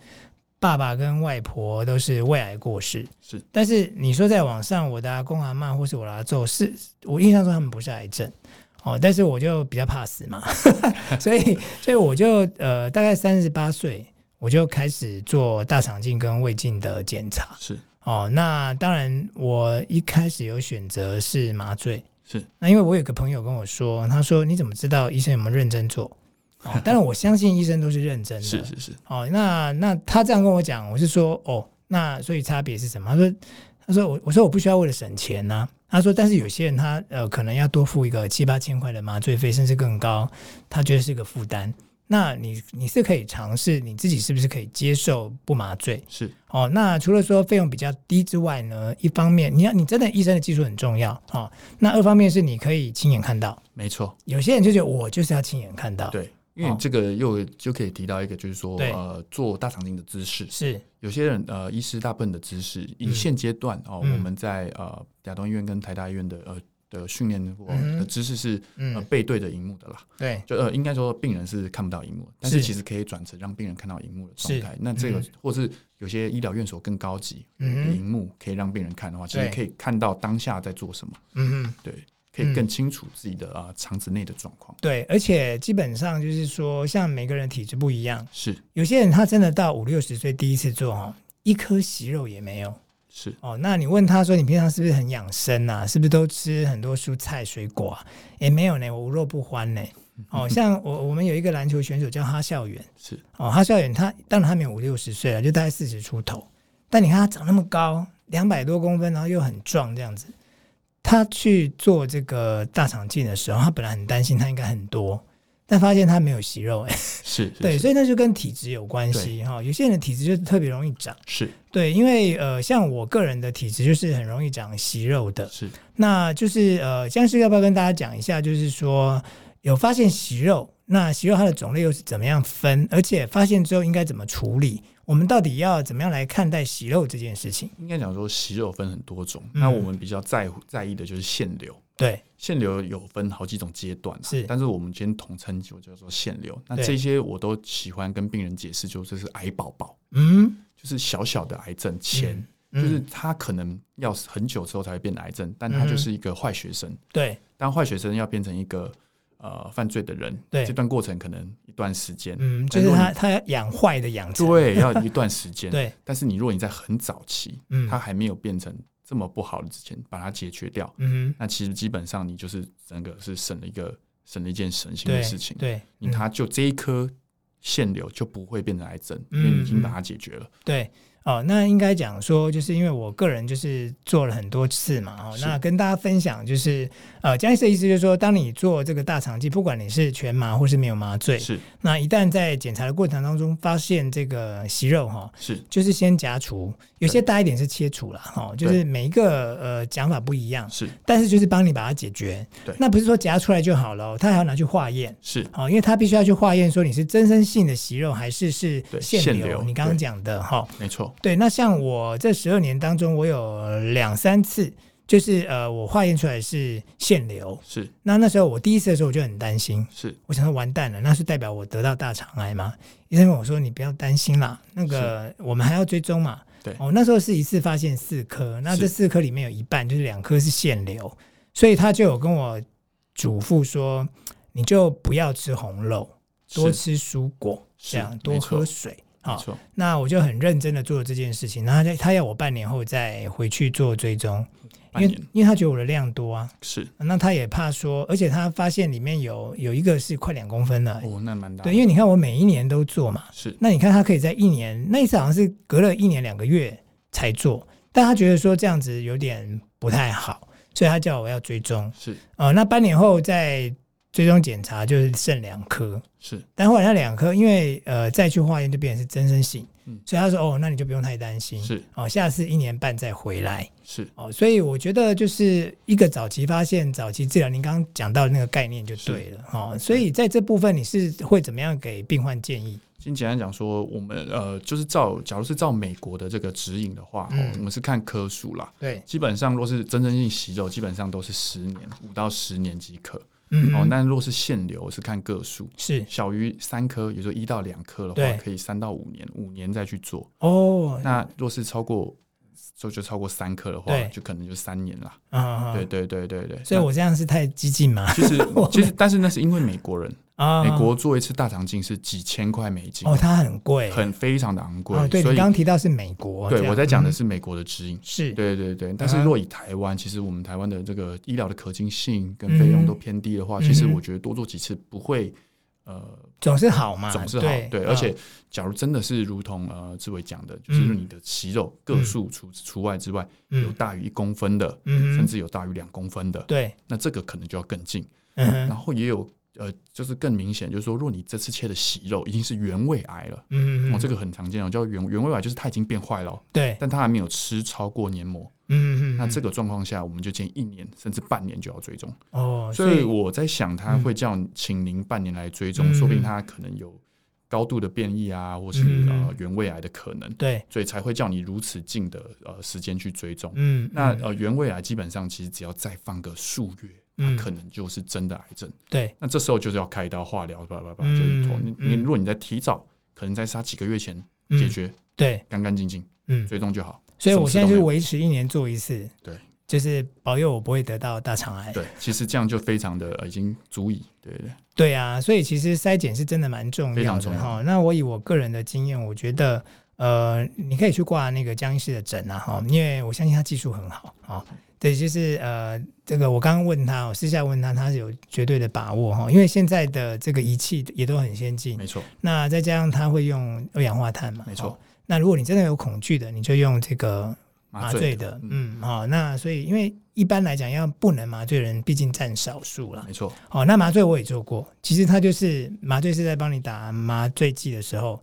Speaker 3: 爸爸跟外婆都是胃癌过世，
Speaker 2: 是。
Speaker 3: 但是你说在网上，我的阿公阿妈或是我的阿祖，是我印象中他们不是癌症。哦，但是我就比较怕死嘛， *laughs* 所以所以我就呃大概三十八岁，我就开始做大肠镜跟胃镜的检查。
Speaker 2: 是
Speaker 3: 哦，那当然我一开始有选择是麻醉，
Speaker 2: 是
Speaker 3: 那因为我有个朋友跟我说，他说你怎么知道医生有没有认真做？哦，当然我相信医生都是认真的。
Speaker 2: 是是是，
Speaker 3: 哦，那那他这样跟我讲，我是说哦，那所以差别是什么？他说他说我我说我不需要为了省钱呐、他说但是有些人他呃可能要多付一个七八千块的麻醉费，甚至更高，他觉得是个负担。那你你是可以尝试你自己是不是可以接受不麻醉？
Speaker 2: 是
Speaker 3: 哦，那除了说费用比较低之外呢，一方面你要你真的医生的技术很重要哦，那二方面是你可以亲眼看到，
Speaker 2: 没错。
Speaker 3: 有些人就觉得我就是要亲眼看到，，
Speaker 2: 对，因为这个又就可以提到一个，就是说
Speaker 3: 哦对
Speaker 2: 呃做大肠镜的姿势，
Speaker 3: 是
Speaker 2: 有些人呃，医师大部分的知识，以现阶段哦，
Speaker 3: 嗯
Speaker 2: 我们在呃亚东医院跟台大医院的呃的训练或
Speaker 3: 嗯哼
Speaker 2: 的知识是、呃
Speaker 3: 嗯，
Speaker 2: 背对着荧幕的啦，
Speaker 3: 对，
Speaker 2: 就呃应该说病人是看不到荧幕，但是
Speaker 3: 是
Speaker 2: 其实可以转成让病人看到荧幕的状态。那这个、
Speaker 3: 嗯哼
Speaker 2: 或是有些医疗院所更高级，
Speaker 3: 嗯哼
Speaker 2: 荧幕可以让病人看的话，其实
Speaker 3: 对
Speaker 2: 可以看到当下在做什么，
Speaker 3: 嗯哼。
Speaker 2: 对，可以
Speaker 3: 嗯
Speaker 2: 更清楚自己的啊、呃肠子内的状况。
Speaker 3: 对，而且基本上就是说，像每个人体质不一样，
Speaker 2: 是
Speaker 3: 有些人他真的到五六十岁第一次做哦，一颗息肉也没有
Speaker 2: 是
Speaker 3: 哦。那你问他说，你平常是不是很养生啊？是不是都吃很多蔬菜水果啊？也没有呢，我无肉不欢呢。哦，像我我们有一个篮球选手叫哈孝远，
Speaker 2: 是
Speaker 3: 哦，哈孝远他当然他没有五六十岁了，啊就大概四十出头，但你看他长那么高，两百多公分，然后又很壮这样子。他去做这个大肠镜的时候，他本来很担心他应该很多，但发现他没有息肉、哎，
Speaker 2: 是，是
Speaker 3: 对，
Speaker 2: 是
Speaker 3: 所以那就跟体质有关系哈、有些人的体质就特别容易长，
Speaker 2: 是
Speaker 3: 对，因为呃，像我个人的体质就是很容易长息肉的，
Speaker 2: 是
Speaker 3: 那就是呃，僵尸要不要跟大家讲一下？就是说有发现息肉，那息肉它的种类又是怎么样分？而且发现之后应该怎么处理？我们到底要怎么样来看待息肉这件事情？
Speaker 2: 应该讲说息肉分很多种，
Speaker 3: 嗯
Speaker 2: 那我们比较在乎在意的就是腺瘤。
Speaker 3: 对，
Speaker 2: 腺瘤有分好几种阶段、啊，
Speaker 3: 是
Speaker 2: 但是我们今天统称就叫做腺瘤。那
Speaker 3: 对
Speaker 2: 这些我都喜欢跟病人解释，就这是癌宝宝，
Speaker 3: 嗯，
Speaker 2: 就是小小的癌症前，
Speaker 3: 嗯
Speaker 2: 就是他可能要很久之后才会变癌症，但他就是一个坏学生。
Speaker 3: 对
Speaker 2: 当坏学生要变成一个呃犯罪的人，
Speaker 3: 对
Speaker 2: 这段过程可能一段时间，
Speaker 3: 嗯，就
Speaker 2: 但
Speaker 3: 是
Speaker 2: 如果
Speaker 3: 它
Speaker 2: 你
Speaker 3: 它要养坏的养成，
Speaker 2: 对要一段时间，
Speaker 3: *laughs* 对，
Speaker 2: 但是你如果你在很早期，
Speaker 3: 嗯
Speaker 2: 他还没有变成这么不好的之前，把它解决掉，
Speaker 3: 嗯哼，
Speaker 2: 那其实基本上你就是整个是省了一个省了一件省心
Speaker 3: 对
Speaker 2: 的事情。
Speaker 3: 对，
Speaker 2: 你
Speaker 3: 嗯
Speaker 2: 它就这一颗腺瘤就不会变成癌症，因
Speaker 3: 嗯
Speaker 2: 为你已经把它解决了。
Speaker 3: 对，哦，那应该讲说，就是因为我个人就是做了很多次嘛，哦，
Speaker 2: 是
Speaker 3: 那跟大家分享就是，呃，江医师的意思就是说，当你做这个大肠镜，不管你是全麻或是没有麻醉，
Speaker 2: 是
Speaker 3: 那一旦在检查的过程当中发现这个息肉哈、
Speaker 2: 是
Speaker 3: 就是先夹除，有些大一点是切除了哈、哦，就是
Speaker 2: 对
Speaker 3: 每一个呃讲法不一样，
Speaker 2: 是
Speaker 3: 但是就是帮你把它解决。
Speaker 2: 对
Speaker 3: 那不是说夹出来就好了哦，它还要拿去化验。
Speaker 2: 是
Speaker 3: 哦，因为它必须要去化验，说你是增生性的息肉还是是
Speaker 2: 对
Speaker 3: 腺
Speaker 2: 腺
Speaker 3: 瘤。
Speaker 2: 瘤
Speaker 3: 你刚刚
Speaker 2: 对
Speaker 3: 讲的哈、哦
Speaker 2: 没错，
Speaker 3: 对，那像我这十二年当中，我有两三次，就是呃，我化验出来是腺瘤。
Speaker 2: 是
Speaker 3: 那那时候我第一次的时候，我就很担心，
Speaker 2: 是
Speaker 3: 我想说完蛋了，那是代表我得到大肠癌吗？医生跟我说你不要担心啦，那个我们还要追踪嘛。
Speaker 2: 对
Speaker 3: 哦，那时候是一次发现四颗，那
Speaker 2: 是
Speaker 3: 这四颗里面有一半就是两颗是腺瘤，所以他就有跟我嘱咐说，你就不要吃红肉，多啊
Speaker 2: 是
Speaker 3: 吃蔬果，
Speaker 2: 是
Speaker 3: 这样
Speaker 2: 没
Speaker 3: 多喝
Speaker 2: 错
Speaker 3: 水。
Speaker 2: 没
Speaker 3: 好，
Speaker 2: 错，
Speaker 3: 那我就很认真的做了这件事情，然后他他要我半年后再回去做追踪，因
Speaker 2: 半
Speaker 3: 为
Speaker 2: 年
Speaker 3: 因为他觉得我的量多啊，
Speaker 2: 是
Speaker 3: 那他也怕说，而且他发现里面有有一个是快两公分了，
Speaker 2: 哦，那蛮大的，
Speaker 3: 哎对，因为你看我每一年都做嘛，
Speaker 2: 是
Speaker 3: 那你看他可以在一年那一次好像是隔了一年两个月才做，但他觉得说这样子有点不太好，所以他叫我要追踪，
Speaker 2: 是
Speaker 3: 呃，那半年后再追踪检查就是剩两颗，
Speaker 2: 是
Speaker 3: 但后来那两颗，因为呃再去化验就变成是增生性，
Speaker 2: 嗯
Speaker 3: 所以他说哦，那你就不用太担心，
Speaker 2: 是
Speaker 3: 哦，下次一年半再回来
Speaker 2: 是
Speaker 3: 哦，所以我觉得就是一个早期发现、早期治疗，您刚刚讲到的那个概念就对了哦，所以在这部分你是会怎么样给病患建议？
Speaker 2: 先简单讲说，我们呃，就是照，假如是照美国的这个指引的话，
Speaker 3: 嗯
Speaker 2: 哦我们是看科数啦。
Speaker 3: 对，
Speaker 2: 基本上，若是真正性息肉，基本上都是十年五到十年即可。
Speaker 3: 嗯
Speaker 2: 哦，那若是腺瘤是看个数，
Speaker 3: 是
Speaker 2: 小于三颗，也就是一到两颗的
Speaker 3: 对
Speaker 2: 话，可以三到五年，五年再去做。
Speaker 3: 哦，
Speaker 2: 那若是超过，就就超过三颗的话
Speaker 3: 对，
Speaker 2: 就可能就三年啦。
Speaker 3: 啊啊，
Speaker 2: 对
Speaker 3: 啊
Speaker 2: 对对对对。
Speaker 3: 所以
Speaker 2: 那
Speaker 3: 我这样是太激进嘛？
Speaker 2: 其
Speaker 3: *laughs*
Speaker 2: 实其实，但是那是因为美国人，
Speaker 3: 啊，
Speaker 2: 美国做一次大肠镜是几千块美金
Speaker 3: 哦，，它很贵，
Speaker 2: 很非常的昂贵
Speaker 3: 啊，。对你
Speaker 2: 所以
Speaker 3: 刚刚提到是美国，这
Speaker 2: 对，
Speaker 3: 样
Speaker 2: 我在讲的
Speaker 3: 嗯
Speaker 2: 是美国的指引。
Speaker 3: 是，
Speaker 2: 对对对，但是
Speaker 3: 啊
Speaker 2: 若以台湾，其实我们台湾的这个医疗的可行性跟费用都
Speaker 3: 嗯哼
Speaker 2: 偏低的话，
Speaker 3: 嗯
Speaker 2: 其实
Speaker 3: 哼
Speaker 2: 我觉得多做几次不会，呃，
Speaker 3: 总是好嘛，
Speaker 2: 总是好。对，而
Speaker 3: 啊
Speaker 2: 且假如真的是如同呃志伟讲的，就是
Speaker 3: 嗯
Speaker 2: 你的息肉个数除除外之外，有
Speaker 3: 嗯
Speaker 2: 大于一公分的，
Speaker 3: 嗯
Speaker 2: 甚
Speaker 3: 哼
Speaker 2: 至有大于两公分的，
Speaker 3: 对，
Speaker 2: 那这个可能就要更近。
Speaker 3: 嗯哼
Speaker 2: 然后也有呃，就是更明显，就是说，若你这次切的息肉已经是原位癌了。
Speaker 3: 嗯，
Speaker 2: 哦，这
Speaker 3: 个
Speaker 2: 个很常见哦，叫原原位癌，就是它已经变坏了哦，
Speaker 3: 对，
Speaker 2: 但它还没有吃超过黏膜，
Speaker 3: 嗯嗯，
Speaker 2: 那这
Speaker 3: 个
Speaker 2: 个状况下，我们就建议一年甚至半年就要追踪。
Speaker 3: 哦，
Speaker 2: 所以我在想，他会叫请您半年来追踪，
Speaker 3: 嗯
Speaker 2: 说不定他可能有高度的变异啊，或是
Speaker 3: 嗯
Speaker 2: 呃原位癌的可能，
Speaker 3: 对，
Speaker 2: 所以才会叫你如此近的呃时间去追踪。
Speaker 3: 嗯，
Speaker 2: 那
Speaker 3: 嗯
Speaker 2: 呃原位癌基本上其实只要再放个数月，
Speaker 3: 嗯
Speaker 2: 它啊可能就是真的癌症。
Speaker 3: 对，
Speaker 2: 那这时候就是要开刀化疗，叭叭叭，
Speaker 3: 嗯
Speaker 2: 就是头。你
Speaker 3: 嗯
Speaker 2: 你如果你在提早，可能在他几个月前
Speaker 3: 嗯
Speaker 2: 解决，
Speaker 3: 对，
Speaker 2: 干干净净
Speaker 3: 嗯，
Speaker 2: 追踪就好。
Speaker 3: 所以我现在就
Speaker 2: 什么事
Speaker 3: 是
Speaker 2: 都没有
Speaker 3: 维持一年做一次，
Speaker 2: 对，
Speaker 3: 就是保佑我不会得到大肠癌。
Speaker 2: 对，其实这样就非常的呃已经足以，对对对。
Speaker 3: 对啊，所以其实筛检是真的蛮重
Speaker 2: 非
Speaker 3: 要
Speaker 2: 常
Speaker 3: 的
Speaker 2: 重要
Speaker 3: 哈。那我以我个人的经验，我觉得呃，你可以去挂那个江医师的诊啊哈，因为我相信他技术很好啊。对，就是呃，这个我刚刚问他，我私下问他，他是有绝对的把握哈，因为现在的这个仪器也都很先进，
Speaker 2: 没错，
Speaker 3: 那再加上它会用二氧化碳嘛，
Speaker 2: 没错
Speaker 3: 哦那如果你真的有恐惧的，你就用这个麻
Speaker 2: 麻醉
Speaker 3: 醉啊的，
Speaker 2: 嗯
Speaker 3: 嗯，好、那所以因为一般来讲，要不能麻醉的人毕竟占少数啦。
Speaker 2: 没错，
Speaker 3: 哦，那麻醉我也做过，其实它就是麻醉是在帮你打麻醉剂的时候，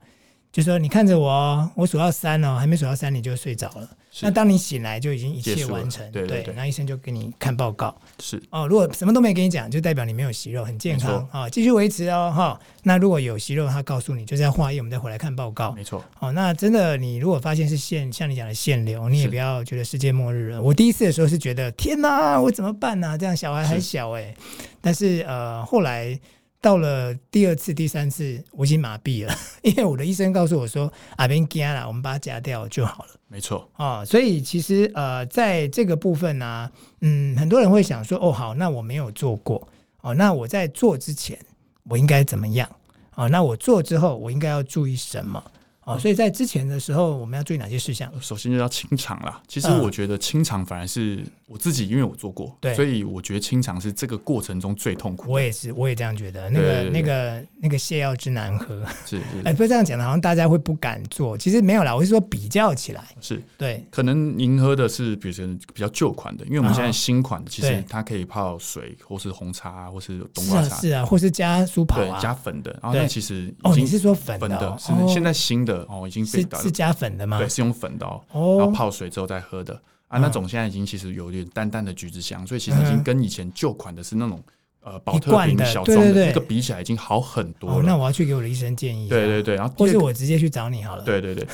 Speaker 3: 就说你看着我哦，我数到三哦，还没数到三你就睡着了。
Speaker 2: 是
Speaker 3: 那当你醒来就已经一
Speaker 2: 结
Speaker 3: 切
Speaker 2: 束了
Speaker 3: 完成，
Speaker 2: 对对对
Speaker 3: 那医生就给你看报告。
Speaker 2: 是
Speaker 3: 哦，如果什么都没跟你讲，就代表你没有息肉，很健康
Speaker 2: 没
Speaker 3: 啊、哦，继续维持哦哈、那如果有息肉，他告诉你就是要化验，我们再回来看报告。
Speaker 2: 没错，
Speaker 3: 哦，那真的，你如果发现是腺，像你讲的腺瘤，你也
Speaker 2: 是
Speaker 3: 不要觉得世界末日了。我第一次的时候是觉得天哪、我怎么办呢、这样小孩还
Speaker 2: 是
Speaker 3: 小哎、但是呃，后来到了第二次、第三次，我已经麻痹了， *laughs* 因为我的医生告诉我说啊，别惊啦，我们把它夹掉就好了。
Speaker 2: 没错，
Speaker 3: 哦，所以其实呃，在这个部分呢、嗯，很多人会想说，哦，好，那我没有做过，哦，那我在做之前我应该怎么样？哦，那我做之后我应该要注意什么？
Speaker 2: 嗯
Speaker 3: 哦，所以在之前的时候，我们要注意哪些事项？
Speaker 2: 呃首先就要清肠啦。其实
Speaker 3: 嗯
Speaker 2: 我觉得清肠反而是我自己，因为我做过，
Speaker 3: 对
Speaker 2: 所以我觉得清肠是这个过程中最痛苦
Speaker 3: 我也是，我也这样觉得。那个、
Speaker 2: 对对对
Speaker 3: 那个、那个泻药之难喝，
Speaker 2: 的，是是
Speaker 3: 哎，不是这样讲的，好像大家会不敢做。其实没有啦，我是说比较起来，
Speaker 2: 是。
Speaker 3: 对，
Speaker 2: 可能您喝的是，比如说比较旧款的，因为我们现
Speaker 3: 啊
Speaker 2: 在新款的，其
Speaker 3: 对
Speaker 2: 实它可以泡水，或是红茶啊，或是冬
Speaker 3: 是
Speaker 2: 瓜
Speaker 3: 啊
Speaker 2: 茶，
Speaker 3: 是啊，或是加苏跑
Speaker 2: 对，
Speaker 3: 啊，
Speaker 2: 加粉的。然后
Speaker 3: 对
Speaker 2: 那其实已
Speaker 3: 哦，
Speaker 2: 经
Speaker 3: 你是说粉
Speaker 2: 粉
Speaker 3: 的
Speaker 2: 的
Speaker 3: 哦？，
Speaker 2: 是
Speaker 3: 哦
Speaker 2: 现在新的哦，已经被
Speaker 3: 是
Speaker 2: 打
Speaker 3: 是加粉的吗？
Speaker 2: 对，是用粉的哦，
Speaker 3: 哦
Speaker 2: 然后泡水之后再喝的啊。那种现在已经其实有点淡淡的橘子香，所以其实已
Speaker 3: 嗯
Speaker 2: 经跟以前旧款的是那种呃保
Speaker 3: 一
Speaker 2: 特
Speaker 3: 罐
Speaker 2: 瓶
Speaker 3: 的
Speaker 2: 小
Speaker 3: 对
Speaker 2: 装
Speaker 3: 对对
Speaker 2: 那个比起来已经好很多
Speaker 3: 哦，那
Speaker 2: 了。
Speaker 3: 我要去给我的医生建议一下，
Speaker 2: 对对对，然后第
Speaker 3: 或
Speaker 2: 二
Speaker 3: 是
Speaker 2: 个
Speaker 3: 我直接去找你好了。，
Speaker 2: 对对对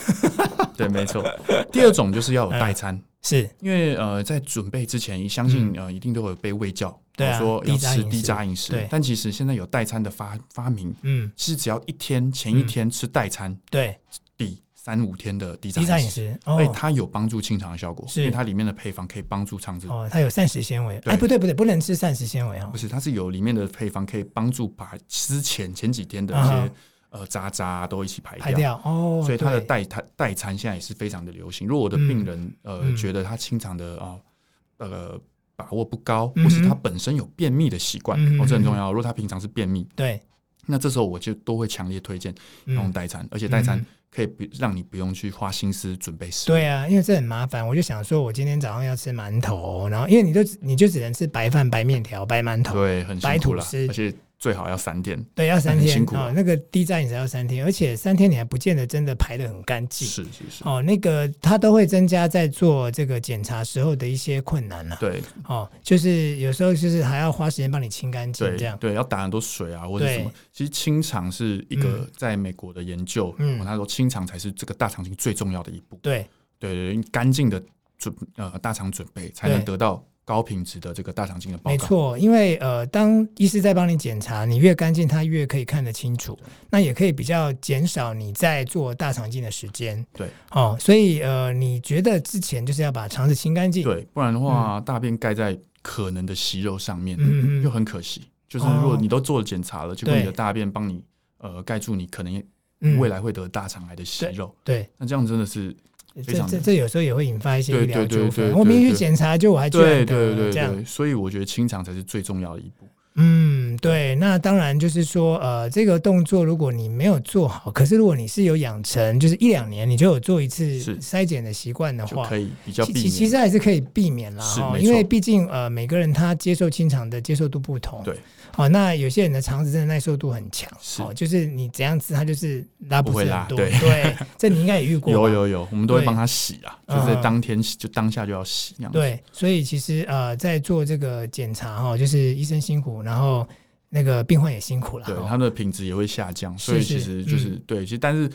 Speaker 2: 对，没
Speaker 3: *laughs*
Speaker 2: 错。第二种就是要
Speaker 3: 嗯
Speaker 2: 有代餐，
Speaker 3: 是
Speaker 2: 因为呃，在准备之前，相信呃一定都有被喂教，
Speaker 3: 嗯对啊
Speaker 2: 然后说要
Speaker 3: 低渣
Speaker 2: 吃
Speaker 3: 饮
Speaker 2: 低
Speaker 3: 食
Speaker 2: 渣饮食
Speaker 3: 对。
Speaker 2: 但其实现在有代餐的发发明，
Speaker 3: 嗯，
Speaker 2: 是只要一天前一天吃代餐，
Speaker 3: 对，
Speaker 2: 比三五天的低
Speaker 3: 低
Speaker 2: 渣
Speaker 3: 渣
Speaker 2: 饮
Speaker 3: 饮
Speaker 2: 食，
Speaker 3: 食
Speaker 2: 所以
Speaker 3: 哦
Speaker 2: 它有帮助清肠的效果，
Speaker 3: 是
Speaker 2: 因为它里面的配方可以帮助肠子。
Speaker 3: 哦，它有膳食纤维，
Speaker 2: 对
Speaker 3: 哎，不对不对，不能吃膳食纤维哦
Speaker 2: 不。是，它是有里面的配方可以帮助把之前前几天的一
Speaker 3: 啊
Speaker 2: 些呃渣渣啊都一起排
Speaker 3: 排掉哦，
Speaker 2: 所以它的
Speaker 3: 对
Speaker 2: 代餐代餐现在也是非常的流行。如果我的
Speaker 3: 嗯
Speaker 2: 病人、
Speaker 3: 嗯
Speaker 2: 呃觉得他清肠的啊呃把握不高，
Speaker 3: 嗯哼
Speaker 2: 或是他本身有便秘的习惯，
Speaker 3: 嗯
Speaker 2: 哦，这很重
Speaker 3: 嗯
Speaker 2: 要哦。如果他平常是便秘，
Speaker 3: 对，
Speaker 2: 那这时候我就都会强烈推荐用
Speaker 3: 嗯，
Speaker 2: 代餐，而且代餐
Speaker 3: 嗯
Speaker 2: 可以不让你不用去花心思准备食物。
Speaker 3: 对啊，因为这很麻烦，我就想说，我今天早上要吃馒头，然后因为你就你就只能吃白饭、白面条、白馒头，
Speaker 2: 对，很
Speaker 3: 白
Speaker 2: 辛苦
Speaker 3: 吐
Speaker 2: 啦
Speaker 3: 司，
Speaker 2: 而且最好要三天。
Speaker 3: 对，要三
Speaker 2: 很
Speaker 3: 天
Speaker 2: 辛苦啊
Speaker 3: 哦，那个低渣饮食要三天，而且三天你还不见得真的排的很干净。
Speaker 2: 是是是，
Speaker 3: 哦，那个它都会增加在做这个检查时候的一些困难了、
Speaker 2: 对
Speaker 3: 哦，就是有时候就是还要花时间帮你清干净这
Speaker 2: 对
Speaker 3: 样。
Speaker 2: 对，要打很多水啊，或者
Speaker 3: 对
Speaker 2: 什么。其实清肠是一个
Speaker 3: 嗯
Speaker 2: 在美国的研究，
Speaker 3: 嗯
Speaker 2: 哦他说清肠才是这个大肠镜最重要的一步。
Speaker 3: 对，
Speaker 2: 对对，对干净的准呃大肠准备才能
Speaker 3: 对
Speaker 2: 得到高品质的这个大肠镜的报告。
Speaker 3: 没，错，因为呃，当医师在帮你检查，你越干净，他越可以看得清楚，那也可以比较减少你在做大肠镜的时间。
Speaker 2: 对，
Speaker 3: 哦，所以呃，你觉得之前就是要把肠子清干净。，
Speaker 2: 对，不然的话、大便盖在可能的息肉上面，
Speaker 3: 嗯嗯嗯
Speaker 2: 又
Speaker 3: 嗯
Speaker 2: 很可惜。就是
Speaker 3: 哦
Speaker 2: 如果你都做了检查了，结果
Speaker 3: 对
Speaker 2: 你的大便帮你呃盖住你可能
Speaker 3: 嗯，
Speaker 2: 未来会得大肠癌的息肉，
Speaker 3: 对，
Speaker 2: 那这样真的是非
Speaker 3: 这
Speaker 2: 常
Speaker 3: 这这有时候也会引发一些
Speaker 2: 对
Speaker 3: 医疗
Speaker 2: 对对
Speaker 3: 纠
Speaker 2: 对
Speaker 3: 纷。
Speaker 2: 对
Speaker 3: 我明天去
Speaker 2: 对
Speaker 3: 检查，就我还居
Speaker 2: 对
Speaker 3: 然得
Speaker 2: 对
Speaker 3: 了
Speaker 2: 对
Speaker 3: 这样。
Speaker 2: 对，所以我觉得清肠才是最重要的一步。
Speaker 3: 嗯，对，那当然就是说，呃，这个动作如果你没有做好，可是如果你是有养成，就是一两年你就有做一次
Speaker 2: 是
Speaker 3: 筛检的习惯的
Speaker 2: 就
Speaker 3: 话
Speaker 2: 可，以比较
Speaker 3: 其
Speaker 2: 避
Speaker 3: 其
Speaker 2: 免。
Speaker 3: 其实还是可以避免啦，
Speaker 2: 是
Speaker 3: 哈，
Speaker 2: 没
Speaker 3: 因为
Speaker 2: 错
Speaker 3: 毕竟呃每个人他接受清肠的接受度不同，
Speaker 2: 对，
Speaker 3: 好、那有些人的肠子真的耐受度很强，
Speaker 2: 是
Speaker 3: 哦，就是你怎样吃它就是拉
Speaker 2: 不
Speaker 3: 不
Speaker 2: 会
Speaker 3: 是
Speaker 2: 拉
Speaker 3: 很多，
Speaker 2: 对
Speaker 3: 这你应该也遇过，
Speaker 2: 有。有有，我们都会
Speaker 3: 对
Speaker 2: 帮他洗啊，就
Speaker 3: 嗯
Speaker 2: 在
Speaker 3: 嗯
Speaker 2: 当天洗，就当下就要洗这样子。
Speaker 3: 对，所以其实呃，在做这个检查哈、就是医生辛苦，然后那个病患也辛苦了。
Speaker 2: 对，
Speaker 3: 哈
Speaker 2: 它的品质也会下降，
Speaker 3: 是
Speaker 2: 所以
Speaker 3: 是
Speaker 2: 其实就是
Speaker 3: 嗯
Speaker 2: 对，其实但是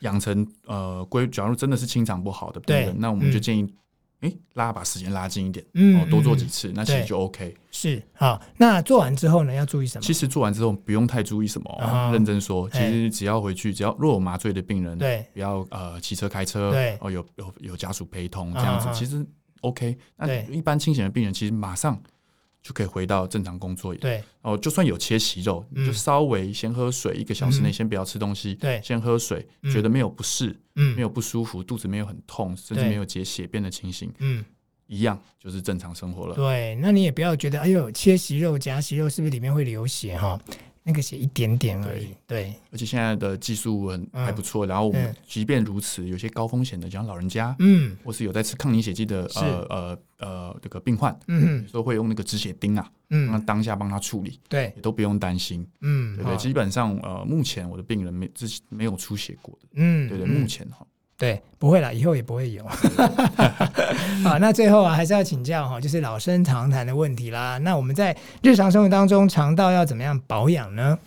Speaker 2: 养成呃规，假如真的是清肠不好的病
Speaker 3: 对
Speaker 2: 人，那我们就
Speaker 3: 嗯
Speaker 2: 建议，诶，拉把时间拉近一点，
Speaker 3: 嗯
Speaker 2: 哦，多做
Speaker 3: 嗯
Speaker 2: 几次，那其
Speaker 3: 对
Speaker 2: 实就 OK。
Speaker 3: 是好，那做完之后呢，要注意什么？
Speaker 2: 其实做完之后不用太注意什么
Speaker 3: 啊
Speaker 2: 哦，认真说，其
Speaker 3: 哎
Speaker 2: 实只要回去，只要若有麻醉的病人，
Speaker 3: 对
Speaker 2: 不要呃骑车开车，
Speaker 3: 对
Speaker 2: 哦有有有家属陪同
Speaker 3: 啊
Speaker 2: 这样子
Speaker 3: 啊，
Speaker 2: 其实 OK。那
Speaker 3: 对
Speaker 2: 一般清醒的病人其实马上就可以回到正常工作，
Speaker 3: 对
Speaker 2: 哦，就算有切息肉，
Speaker 3: 嗯
Speaker 2: 你就稍微先喝水，一个小时
Speaker 3: 嗯
Speaker 2: 内先不要吃东西，
Speaker 3: 对
Speaker 2: 先喝水
Speaker 3: 嗯，
Speaker 2: 觉得没有不适，
Speaker 3: 嗯，
Speaker 2: 没有不舒服，肚子没有很痛，甚至
Speaker 3: 对
Speaker 2: 没有解血便的情形，
Speaker 3: 嗯，
Speaker 2: 一样就是正常生活了。
Speaker 3: 对，那你也不要觉得哎呦，切息肉夹息肉是不是里面会流血哈、那个血一点点而已。对
Speaker 2: 而且现在的技术很
Speaker 3: 嗯
Speaker 2: 还不错，然后我
Speaker 3: 嗯
Speaker 2: 们即便如此，有些高风险的，像老人家，
Speaker 3: 嗯
Speaker 2: 或是有在吃抗凝血剂的
Speaker 3: 是
Speaker 2: 呃呃呃这个病患，
Speaker 3: 嗯
Speaker 2: 有时候会用那个止血钉啊，
Speaker 3: 嗯
Speaker 2: 那
Speaker 3: 嗯，
Speaker 2: 当下帮他处理，
Speaker 3: 对，
Speaker 2: 也都不用担心，
Speaker 3: 嗯
Speaker 2: 对不对？
Speaker 3: 哈
Speaker 2: 基本上呃，目前我的病人没之前没有出血过的，
Speaker 3: 嗯
Speaker 2: 对不对？
Speaker 3: 嗯
Speaker 2: 目前哈。
Speaker 3: 对，不会啦，以后也不会有。 *laughs* 好，那最后啊，还是要请教哈，就是老生常谈的问题啦。那我们在日常生活当中，肠道要怎么样保养呢？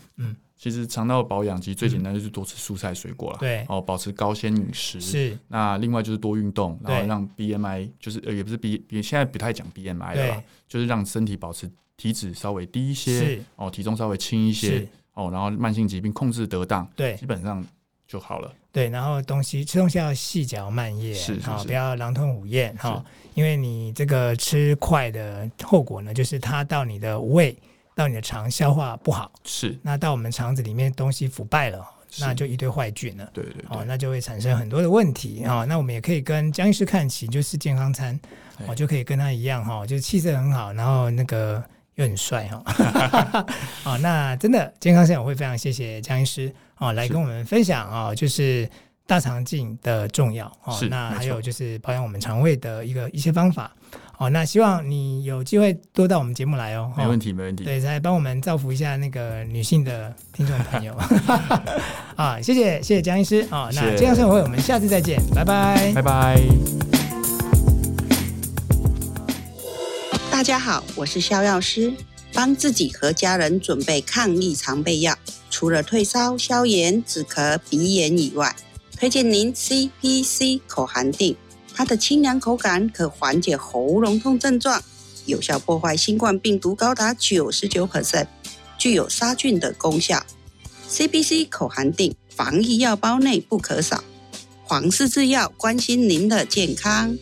Speaker 2: 其实肠道保养其实最简单就是多吃蔬菜水果啦，
Speaker 3: 嗯对
Speaker 2: 哦，保持高纤饮食。。
Speaker 3: 是，
Speaker 2: 那另外就是多运动，
Speaker 3: 对
Speaker 2: 然后让 BMI 就是呃也不是 B B 现在不太讲 BMI 了
Speaker 3: 对
Speaker 2: 啦，，就是让身体保持体脂稍微低一些
Speaker 3: 是，
Speaker 2: 哦，体重稍微轻一些
Speaker 3: 是，
Speaker 2: 哦，然后慢性疾病控制得当，
Speaker 3: 对
Speaker 2: 基本上就好了。
Speaker 3: 对，然后东西吃东西要细嚼慢咽，
Speaker 2: 是是
Speaker 3: 好
Speaker 2: 是
Speaker 3: 不要狼吞虎咽哈、因为你这个吃快的后果呢，就是它到你的胃，到你的肠消化不好，
Speaker 2: 是
Speaker 3: 那到我们肠子里面东西腐败了，那就一堆坏菌了。
Speaker 2: 对对
Speaker 3: 哦，
Speaker 2: 对，
Speaker 3: 那就会产生很多的问题啊、哦。那我们也可以跟江医师看齐，就是健康餐，
Speaker 2: 对
Speaker 3: 我、就可以跟他一样哈、哦，就是气色很好，然后那个又很帅哈。
Speaker 2: *laughs*
Speaker 3: 哦，那真的健康餐我会非常谢谢江医师哦，来
Speaker 2: 是
Speaker 3: 跟我们分享哦，就是大肠镜的重要哦
Speaker 2: 是，
Speaker 3: 那
Speaker 2: 没
Speaker 3: 还
Speaker 2: 错
Speaker 3: 有就是保养我们肠胃的一个一些方法哦。那希望你有机会多到我们节目来哦。
Speaker 2: 没问
Speaker 3: 题。
Speaker 2: 题没问题，
Speaker 3: 对，再帮我们造福一下那个女性的听众
Speaker 2: *laughs*
Speaker 3: 朋友啊！谢谢谢谢江医师啊！
Speaker 2: 谢
Speaker 3: 那
Speaker 2: 谢
Speaker 3: 健康生活会我们下次再见，拜拜
Speaker 2: 拜。拜。
Speaker 1: 大家好，我是肖药师，帮自己和家人准备抗疫常备药，除了退烧、消炎、止咳、鼻炎以外，推荐您 CPC 口含定，它的清凉口感可缓解喉咙痛症状，有效破坏新冠病毒高达九十九 percent，具有杀菌的功效。CPC 口含定，防疫药包内不可少。皇氏制药关心您的健康。